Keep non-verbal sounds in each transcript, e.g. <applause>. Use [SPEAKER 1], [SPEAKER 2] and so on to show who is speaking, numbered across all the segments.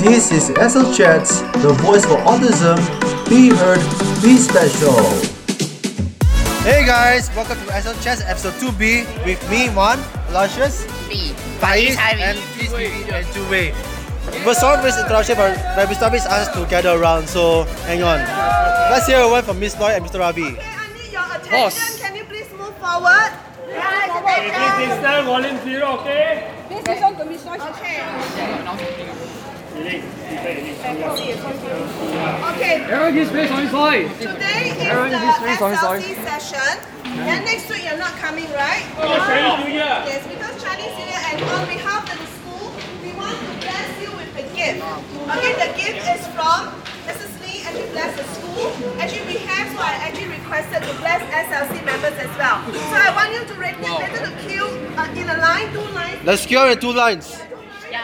[SPEAKER 1] This is SL Chats, the voice for autism. Be heard, be special. Hey guys, welcome to SL Chats episode 2B with me, Mon, Aloysius,
[SPEAKER 2] B.
[SPEAKER 1] Thais, and please be and two way. But sorry for this interruption, but but Mr. Rabi asked us to gather around, so hang on. Let's hear a word from Miss Loy and Mr. Rabi.
[SPEAKER 3] I need your attention.
[SPEAKER 2] Boss.
[SPEAKER 3] Can you please move forward?
[SPEAKER 4] This is the volume zero, okay?
[SPEAKER 3] Okay.
[SPEAKER 4] Elite,
[SPEAKER 3] Okay.
[SPEAKER 4] Everyone give space on this side.
[SPEAKER 3] Today is the
[SPEAKER 4] Everyone give space on his
[SPEAKER 3] SLC session. Then next week you're not coming, right? Yes, because Chinese New Year and on behalf of the school, we want to bless you with a gift. Okay, the gift is from Mrs. Lee and she blessed the school. Actually, we have, so I actually requested to bless SLC members as well. So I want you to rate them better to queue uh, in a line, two lines.
[SPEAKER 1] Let's cure in two lines.
[SPEAKER 3] Can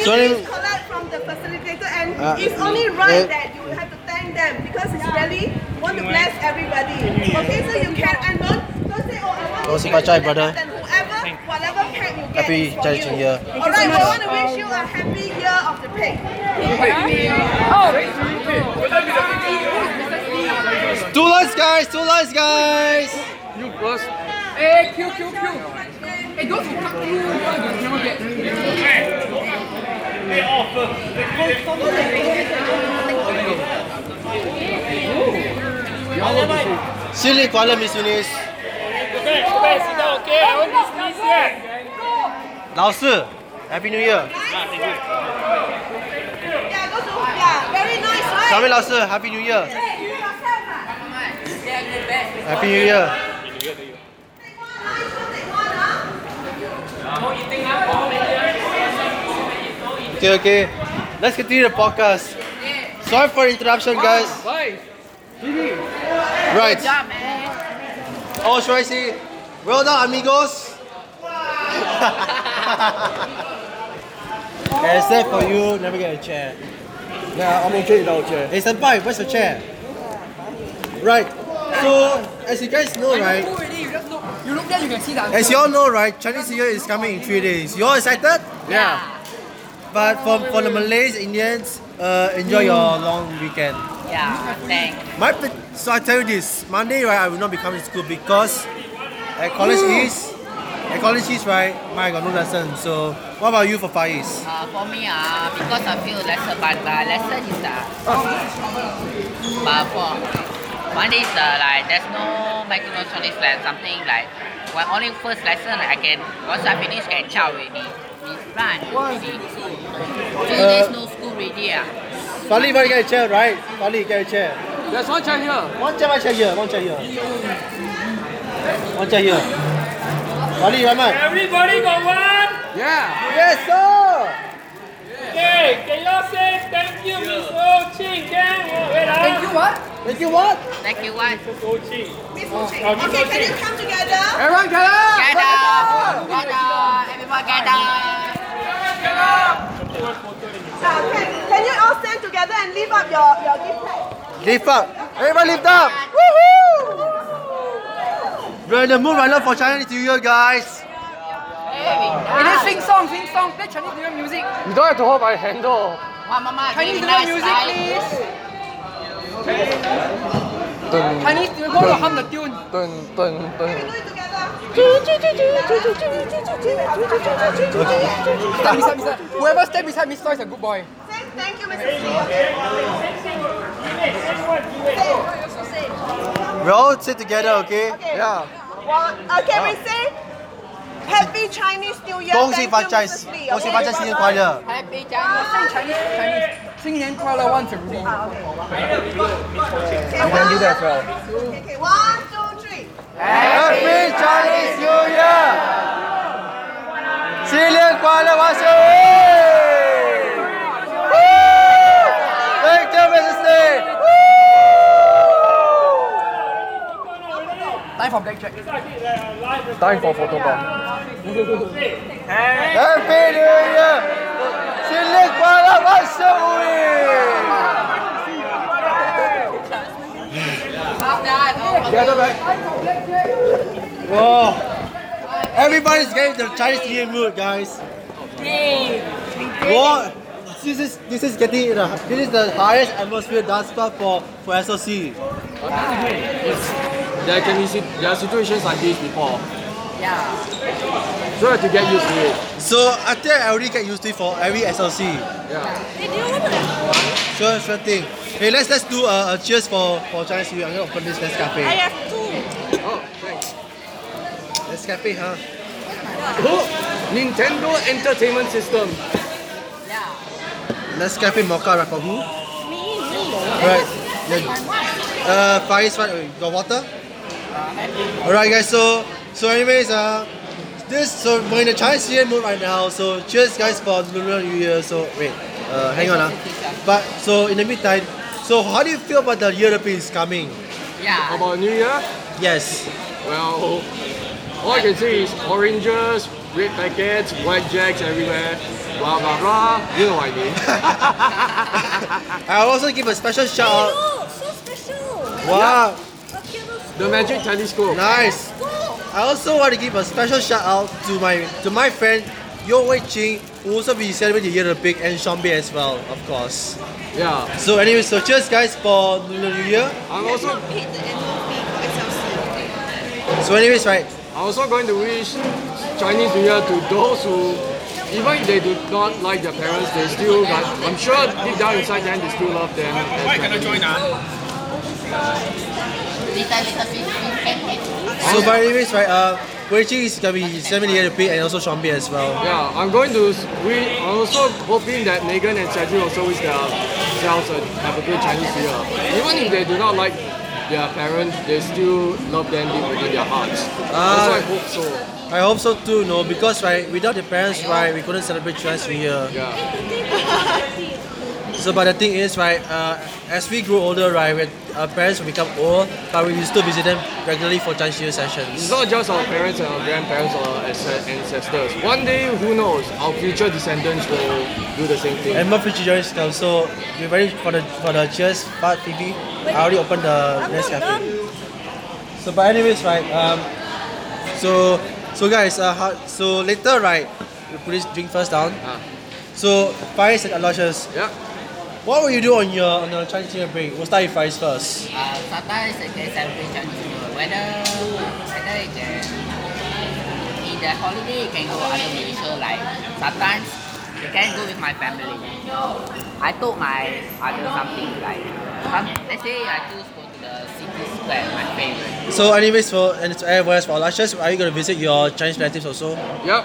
[SPEAKER 3] you
[SPEAKER 1] Sorry.
[SPEAKER 3] please collect from the facilitator and
[SPEAKER 1] Uh,
[SPEAKER 3] it's only right
[SPEAKER 1] uh,
[SPEAKER 3] that you will have to thank them because it's really want to bless everybody. Okay, so you can and don't don't say oh I want
[SPEAKER 1] Oh,
[SPEAKER 3] to
[SPEAKER 1] Sika Chai,
[SPEAKER 3] give you
[SPEAKER 1] brother.
[SPEAKER 3] less than whoever whatever pet you get
[SPEAKER 1] Happy
[SPEAKER 3] is for
[SPEAKER 1] Chinese
[SPEAKER 3] you.
[SPEAKER 1] New Year.
[SPEAKER 3] Alright, we want to wish you a happy year of the pig.
[SPEAKER 1] Two lines, guys, two lines, guys.
[SPEAKER 5] Hey, Q, Q, Q. Hey, those who cut you, you never get.
[SPEAKER 4] They offer.
[SPEAKER 1] Silly Kuala Miss Eunice.
[SPEAKER 4] Okay, space is that okay? I want this space here.
[SPEAKER 1] 老师 Happy New Year.
[SPEAKER 3] Yeah, go to yeah, very nice, right?
[SPEAKER 1] 小明老师 Happy New Year.
[SPEAKER 3] Hey, you yourself, ah.
[SPEAKER 1] Happy New Year.
[SPEAKER 3] Take one, nice one, take one, ah.
[SPEAKER 1] Okay, okay. Let's continue the podcast. Sorry for interruption, guys.
[SPEAKER 6] Oh,
[SPEAKER 5] Bye.
[SPEAKER 1] Right. Oh, should I say, well done, amigos. Except for you, never get a chair.
[SPEAKER 6] Yeah, I'm okay without chair.
[SPEAKER 1] Hey, senpai, where's your chair? Right. So, as you guys know,
[SPEAKER 5] I
[SPEAKER 1] right?
[SPEAKER 5] know already, you just look. You look there, you can see the
[SPEAKER 1] As you all know, right? Chinese New Year is coming in three days. You all excited?
[SPEAKER 2] Yeah.
[SPEAKER 1] But for, for the Malays, Indians, uh, enjoy your long weekend.
[SPEAKER 2] Yeah. Thanks.
[SPEAKER 1] My pa- so I tell you this Monday right I will not be coming to school because at college east at college east right my I got no lesson so what about you for five east?
[SPEAKER 2] Uh, for me, uh, because I feel lesson, but uh, lesson is uh, but for one is uh, like there's no microelectronics like something like well, only first lesson I can once I finish can chao already. It's run already. Two days no school already. Uh.
[SPEAKER 1] Finally, finally get a chair right? Finally get a chair.
[SPEAKER 5] There's one child here.
[SPEAKER 1] One chair, one chair here, one chair here, one chair here. Finally, Rahman.
[SPEAKER 4] Everybody got one?
[SPEAKER 5] Yeah.
[SPEAKER 1] Yes sir.
[SPEAKER 4] Okay, can y'all say thank you, Miss Ho Ching? Can wait
[SPEAKER 5] Thank
[SPEAKER 4] ah?
[SPEAKER 5] you, what?
[SPEAKER 1] Thank you what?
[SPEAKER 2] Thank you, one.
[SPEAKER 4] Ho Ching.
[SPEAKER 3] Miss Wu Ching.
[SPEAKER 4] Oh, Miss
[SPEAKER 3] Okay,
[SPEAKER 4] Wu
[SPEAKER 3] can you
[SPEAKER 4] Ching.
[SPEAKER 3] come together?
[SPEAKER 5] Everyone get up.
[SPEAKER 2] Get up! Get up! Everyone get up!
[SPEAKER 3] Yeah, okay. Can you all stand together and lift up your, your gift tag?
[SPEAKER 1] Lift up. Everybody lift up. We're in the mood right now for Chinese New Year, guys.
[SPEAKER 5] And then sing song, sing song. Play Chinese New Year music. You don't have to hold my
[SPEAKER 6] Oh.
[SPEAKER 5] handle.
[SPEAKER 2] Wow, mama, very
[SPEAKER 5] Chinese New Year
[SPEAKER 2] nice,
[SPEAKER 5] music,
[SPEAKER 2] right?
[SPEAKER 5] please. Chinese New Year, go to hum the tune.
[SPEAKER 3] Can we do it together?
[SPEAKER 5] Stand beside, beside. Whoever stand beside Miss Toy is a good boy.
[SPEAKER 3] Say thank you, Mrs. Lee. Okay. Say, say.
[SPEAKER 1] We all sit together, okay?
[SPEAKER 3] Okay.
[SPEAKER 5] Yeah.
[SPEAKER 3] Well, okay, we say Happy Chinese New Year.
[SPEAKER 1] 恭喜
[SPEAKER 3] Thank
[SPEAKER 1] 发
[SPEAKER 3] you,
[SPEAKER 1] 财
[SPEAKER 3] Mrs. Lee.，
[SPEAKER 1] 恭喜发财，新年快乐！
[SPEAKER 2] Happy
[SPEAKER 5] Sing
[SPEAKER 2] Chinese New Year.
[SPEAKER 5] Chinese, Chinese. 新年快乐 once already.
[SPEAKER 3] Okay, I'm gonna do that as well. Okay, okay, one, two, three.
[SPEAKER 1] Happy Chinese New Year! 新年快乐，万岁！Thank you, Mr. Stay.
[SPEAKER 5] Time for blackjack.
[SPEAKER 4] Time for photo
[SPEAKER 1] Happy New Year! 新年快乐，万岁！Whoa! Everybody's getting the Chinese New Year mood, guys. Whoa! this is this is getting the this is the highest atmosphere dance club for for SOC.
[SPEAKER 6] There can be sit- there are situations like this before,
[SPEAKER 2] Yeah.
[SPEAKER 6] so you have to get used to it.
[SPEAKER 1] So I think I already get used to it for every SLC.
[SPEAKER 6] Yeah.
[SPEAKER 3] Did you want to?
[SPEAKER 1] Sure, sure thing. Hey, let's let's do a, a cheers for for Chinese New Year. I'm gonna open this
[SPEAKER 3] I
[SPEAKER 1] Nescafe.
[SPEAKER 3] have two.
[SPEAKER 6] Oh, thanks.
[SPEAKER 1] Nescafe, huh?
[SPEAKER 6] Oh, Nintendo Entertainment System.
[SPEAKER 1] Nescafe mocha right for who?
[SPEAKER 3] Me, me.
[SPEAKER 1] Alright. Yeah. Uh, Faiz, what? uh, Got water?
[SPEAKER 3] Uh-huh.
[SPEAKER 1] Alright, guys. So so anyways, uh, this so we're in the Chinese New Year mood right now. So cheers, guys, for Lunar New Year. So wait, uh, hang on, uh. But so in the meantime, so how do you feel about the Europeans coming?
[SPEAKER 2] Yeah.
[SPEAKER 6] About New Year,
[SPEAKER 1] Yes.
[SPEAKER 6] well, all I can see is oranges, red packets, white jacks everywhere, blah blah blah. You know what I mean?
[SPEAKER 1] I also give a special shout out.
[SPEAKER 3] Oh, so special.
[SPEAKER 1] Wow,
[SPEAKER 6] The Magic Telescope.
[SPEAKER 1] nice. I also want to give a special shout out to my to my friend Yo Wei Ching, who also be celebrating the Year of the Pig and Sean Bay as well, of course.
[SPEAKER 6] Yeah.
[SPEAKER 1] So anyway, so cheers guys for Lunar New Year.
[SPEAKER 6] I'm also
[SPEAKER 1] So anyways, right,
[SPEAKER 6] I'm also going to wish Chinese New Year to those who, even if they do not like their parents, they still got, I'm sure deep down inside them, they still love them. Why can I join now?
[SPEAKER 2] Little little bit bit pancake.
[SPEAKER 1] so by anyways, right, uh, Wei Ching is gonna be celebrating the Year of the Pig and also Sean Bay as well.
[SPEAKER 6] Yeah, I'm going to, we, I'm also hoping that Megan and Cedric also wish themselves a, have a good Chinese New Year. Even if they do not like their parents, they still love them deep within their hearts. That's why I hope so.
[SPEAKER 1] I hope so too, no, because right, without the parents, right, we couldn't celebrate Chinese New Year.
[SPEAKER 6] Yeah.
[SPEAKER 1] So, but the thing is, right, uh, as we grow older, right, when our parents will become old, but we will still visit them regularly for Chinese New Year
[SPEAKER 6] It's
[SPEAKER 1] sessions.
[SPEAKER 6] not just our parents and our grandparents or our ance- ancestors. One day, who knows, our future descendants will do the same thing.
[SPEAKER 1] And more future journeys come, so we're ready for the, for the cheers part, TV. I already opened the next cafe. So, but anyways, right, um, so, so guys, uh, how, so later, right, we put this drink first down.
[SPEAKER 6] Ah.
[SPEAKER 1] So, Faris and Aloysius,
[SPEAKER 6] Yeah.
[SPEAKER 1] what will you do on your, on your Chinese New Year break? We'll start with Faris first.
[SPEAKER 2] Uh, sometimes I can celebrate Chinese New Year. Whether whether you can in the holiday you can go other Malaysia like sometimes you can go with my family. I told my other something like some, let's say I choose go to the city square, my favorite.
[SPEAKER 1] So, anyways, for and it's everywhere for Aloysius, are you gonna visit your Chinese relatives also?
[SPEAKER 6] Yep.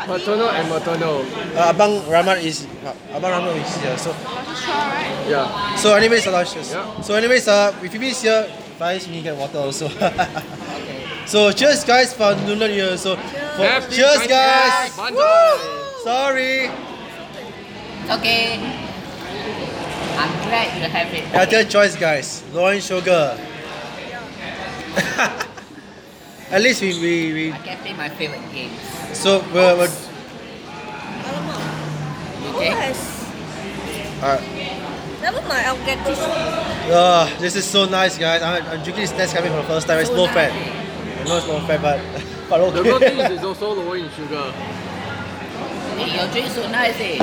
[SPEAKER 6] Paternal and maternal.
[SPEAKER 1] Uh, Abang Rahman is uh, Abang Rahman is here. So,
[SPEAKER 6] Yeah.
[SPEAKER 1] so anyways, Aloysius.
[SPEAKER 6] Yeah.
[SPEAKER 1] So, anyways, uh, if you miss here, guys, you need to get water also. <laughs> So, cheers, guys, for Lunar New Year. So, for,
[SPEAKER 6] Happy
[SPEAKER 1] cheers,
[SPEAKER 6] Chinese
[SPEAKER 1] guys.
[SPEAKER 6] New Year.
[SPEAKER 1] Woo! Sorry,
[SPEAKER 2] It's okay. I'm glad you have it.
[SPEAKER 1] healthier choice, guys. Low in sugar. <laughs> At least we we, we
[SPEAKER 2] I can play my favorite games.
[SPEAKER 1] so we're, we're
[SPEAKER 2] Okay?
[SPEAKER 1] Alright.
[SPEAKER 3] Never mind, I'll get this.
[SPEAKER 1] Ah, this is so nice, guys. I'm, I'm drinking this Nescafe for the first time. It's no fat. I know it's no fat, but <laughs> but
[SPEAKER 6] The good thing is
[SPEAKER 1] okay.
[SPEAKER 6] it's also lower in sugar.
[SPEAKER 2] Hey, your drink so nice eh.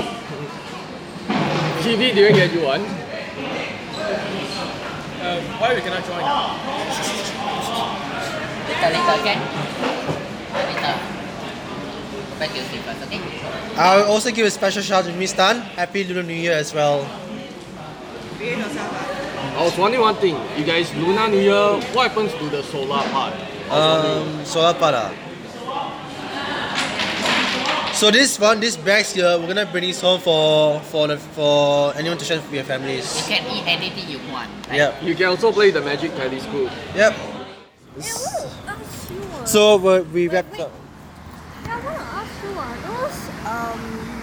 [SPEAKER 6] TV, do you get you one?
[SPEAKER 2] Later, later, okay? Later. But you see first, okay?
[SPEAKER 1] <laughs> I'll also give a special shout out to Miss Tan. Happy Lunar New Year as well.
[SPEAKER 6] I was wondering one thing. You guys, Lunar New Year, what happens to the solar part?
[SPEAKER 1] Um, solar para. So this one, this bags here, we're gonna bring this home for for the, for anyone to share with your
[SPEAKER 2] You
[SPEAKER 1] families.
[SPEAKER 2] can eat anything you want.
[SPEAKER 1] Yep.
[SPEAKER 6] You can also play the Magic Telescope.
[SPEAKER 1] Yep.
[SPEAKER 7] I want to ask you uh,
[SPEAKER 1] So we we wrapped up.
[SPEAKER 7] I want to ask you uh, those um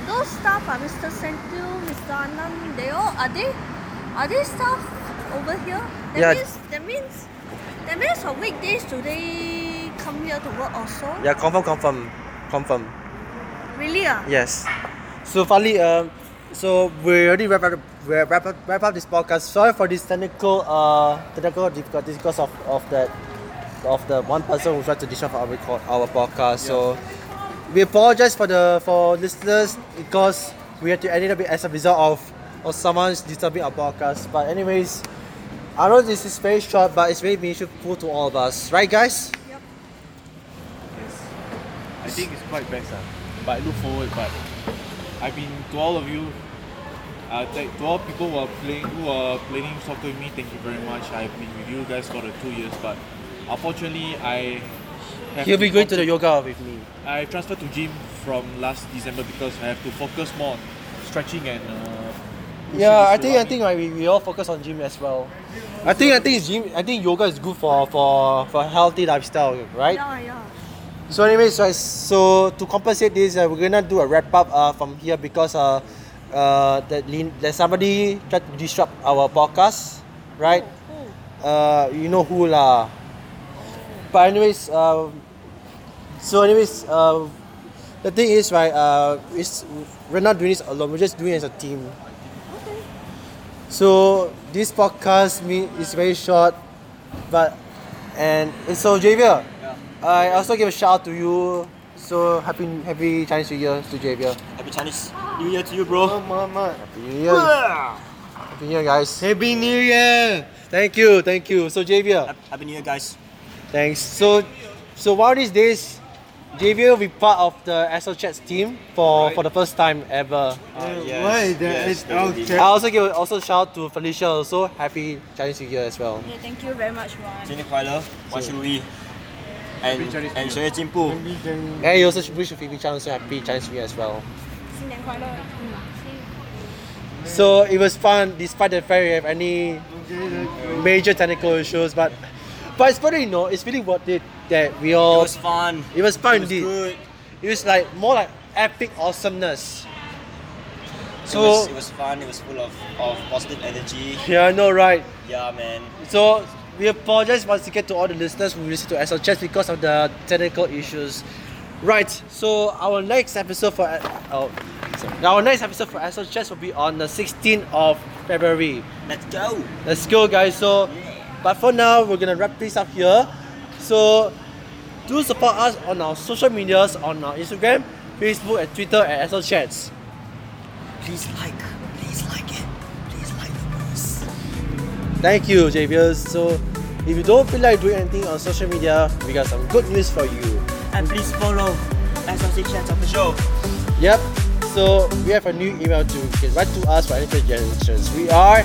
[SPEAKER 7] those staff uh, Mr. Sentil, Mr. Anand, they all are they are they staff over here? That
[SPEAKER 1] Yeah.
[SPEAKER 7] means that means that means on weekdays do they come here to work also?
[SPEAKER 1] Yeah, confirm, confirm, confirm.
[SPEAKER 7] Really uh?
[SPEAKER 1] Yes. So finally, um, so we already wrap up, we wrap up, wrap up this podcast. Sorry for this technical, uh, technical difficulties because of of that, of the one person who tried to disrupt our record, our podcast. So we apologize for the for listeners because we had to edit a bit as a result of, of someone's disturbing our podcast. But anyways, I know this is very short, but it's very meaningful to all of us, right, guys?
[SPEAKER 8] I think it's quite bad, sir. But I look forward. But I mean, to all of you, uh, th- to all people who are playing who are playing soccer with me, thank you very much. I've been with you guys for the two years, but unfortunately, I have
[SPEAKER 1] He'll be going to the
[SPEAKER 8] focus-
[SPEAKER 1] yoga with me.
[SPEAKER 8] I transferred to gym from last December because I have to focus more on stretching and. Uh, pushing
[SPEAKER 1] Yeah, I
[SPEAKER 8] this
[SPEAKER 1] think I
[SPEAKER 8] weight.
[SPEAKER 1] think like, we, we all focus on gym as well. I think I think it's gym. I think yoga is good for for for healthy lifestyle, right?
[SPEAKER 7] Yeah, yeah.
[SPEAKER 1] So anyways, guys, so to compensate this, uh, we're gonna do a wrap up uh, from here because uh, uh, that, Lin- that somebody tried to disrupt our podcast, right? Uh, you know who lah. But anyways, uh, so anyways, uh, the thing is right, uh, it's, we're not doing this alone. We're just doing it as a team. So this podcast me is very short, but and and so Javier, I also give a shout out to you. So happy happy Chinese New Year to Javier.
[SPEAKER 9] Happy Chinese New Year to you, bro.
[SPEAKER 1] Happy New Year. happy New Year, guys. Happy New Year. Thank you, thank you. So Javier,
[SPEAKER 9] Hap- Happy New Year, guys.
[SPEAKER 1] thanks. So so one of these days, Javier will be part of the SL Chats team for for the first time ever.
[SPEAKER 9] Uh, Yes,
[SPEAKER 10] Why the
[SPEAKER 9] yes,
[SPEAKER 10] it's
[SPEAKER 9] there will be.
[SPEAKER 10] okay.
[SPEAKER 1] I also give also shout out to Felicia. Also happy Chinese New Year as well.
[SPEAKER 7] Okay, thank you very much, Ron.
[SPEAKER 9] 新年快乐，万事如意。And
[SPEAKER 6] Chinese
[SPEAKER 9] and
[SPEAKER 6] New Year.
[SPEAKER 9] 学业进步。Mm.
[SPEAKER 1] And you also should- wish Phoebe Chan also happy Chinese New Year as well.
[SPEAKER 7] 新年快乐。
[SPEAKER 1] So it was fun, despite the fact we have any major technical issues, but but it's funny, you know, it's really worth it that we
[SPEAKER 9] It
[SPEAKER 1] all.
[SPEAKER 9] was fun.
[SPEAKER 1] It was fun
[SPEAKER 9] It was
[SPEAKER 1] indeed.
[SPEAKER 9] good.
[SPEAKER 1] It was like more like epic awesomeness.
[SPEAKER 9] It
[SPEAKER 1] So
[SPEAKER 9] was, it was fun. It was full of, of positive energy.
[SPEAKER 1] yeah, I know, right?
[SPEAKER 9] Yeah, man.
[SPEAKER 1] So we apologize once again to all the listeners who listen to SL just because of the technical issues. Right. So our next episode for oh, sorry. our next episode for SL Chess will be on the 16th of February.
[SPEAKER 9] Let's go.
[SPEAKER 1] Let's go, guys. So, but for now, we're gonna wrap this up here. So, do support us on our social medias on our Instagram, Facebook, and Twitter at SL Chats.
[SPEAKER 9] Please like. Please like it. Please like the post.
[SPEAKER 1] Thank you, Javier. So, if you don't feel like doing anything on social media, we got some good news for you.
[SPEAKER 9] And please follow SLC Chats of the Show.
[SPEAKER 1] Yep. So we have a new email to you can write to us for any suggestions. We are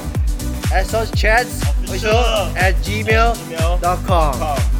[SPEAKER 1] SLChats at
[SPEAKER 9] Official.
[SPEAKER 1] gmail.com.
[SPEAKER 9] Gmail.com.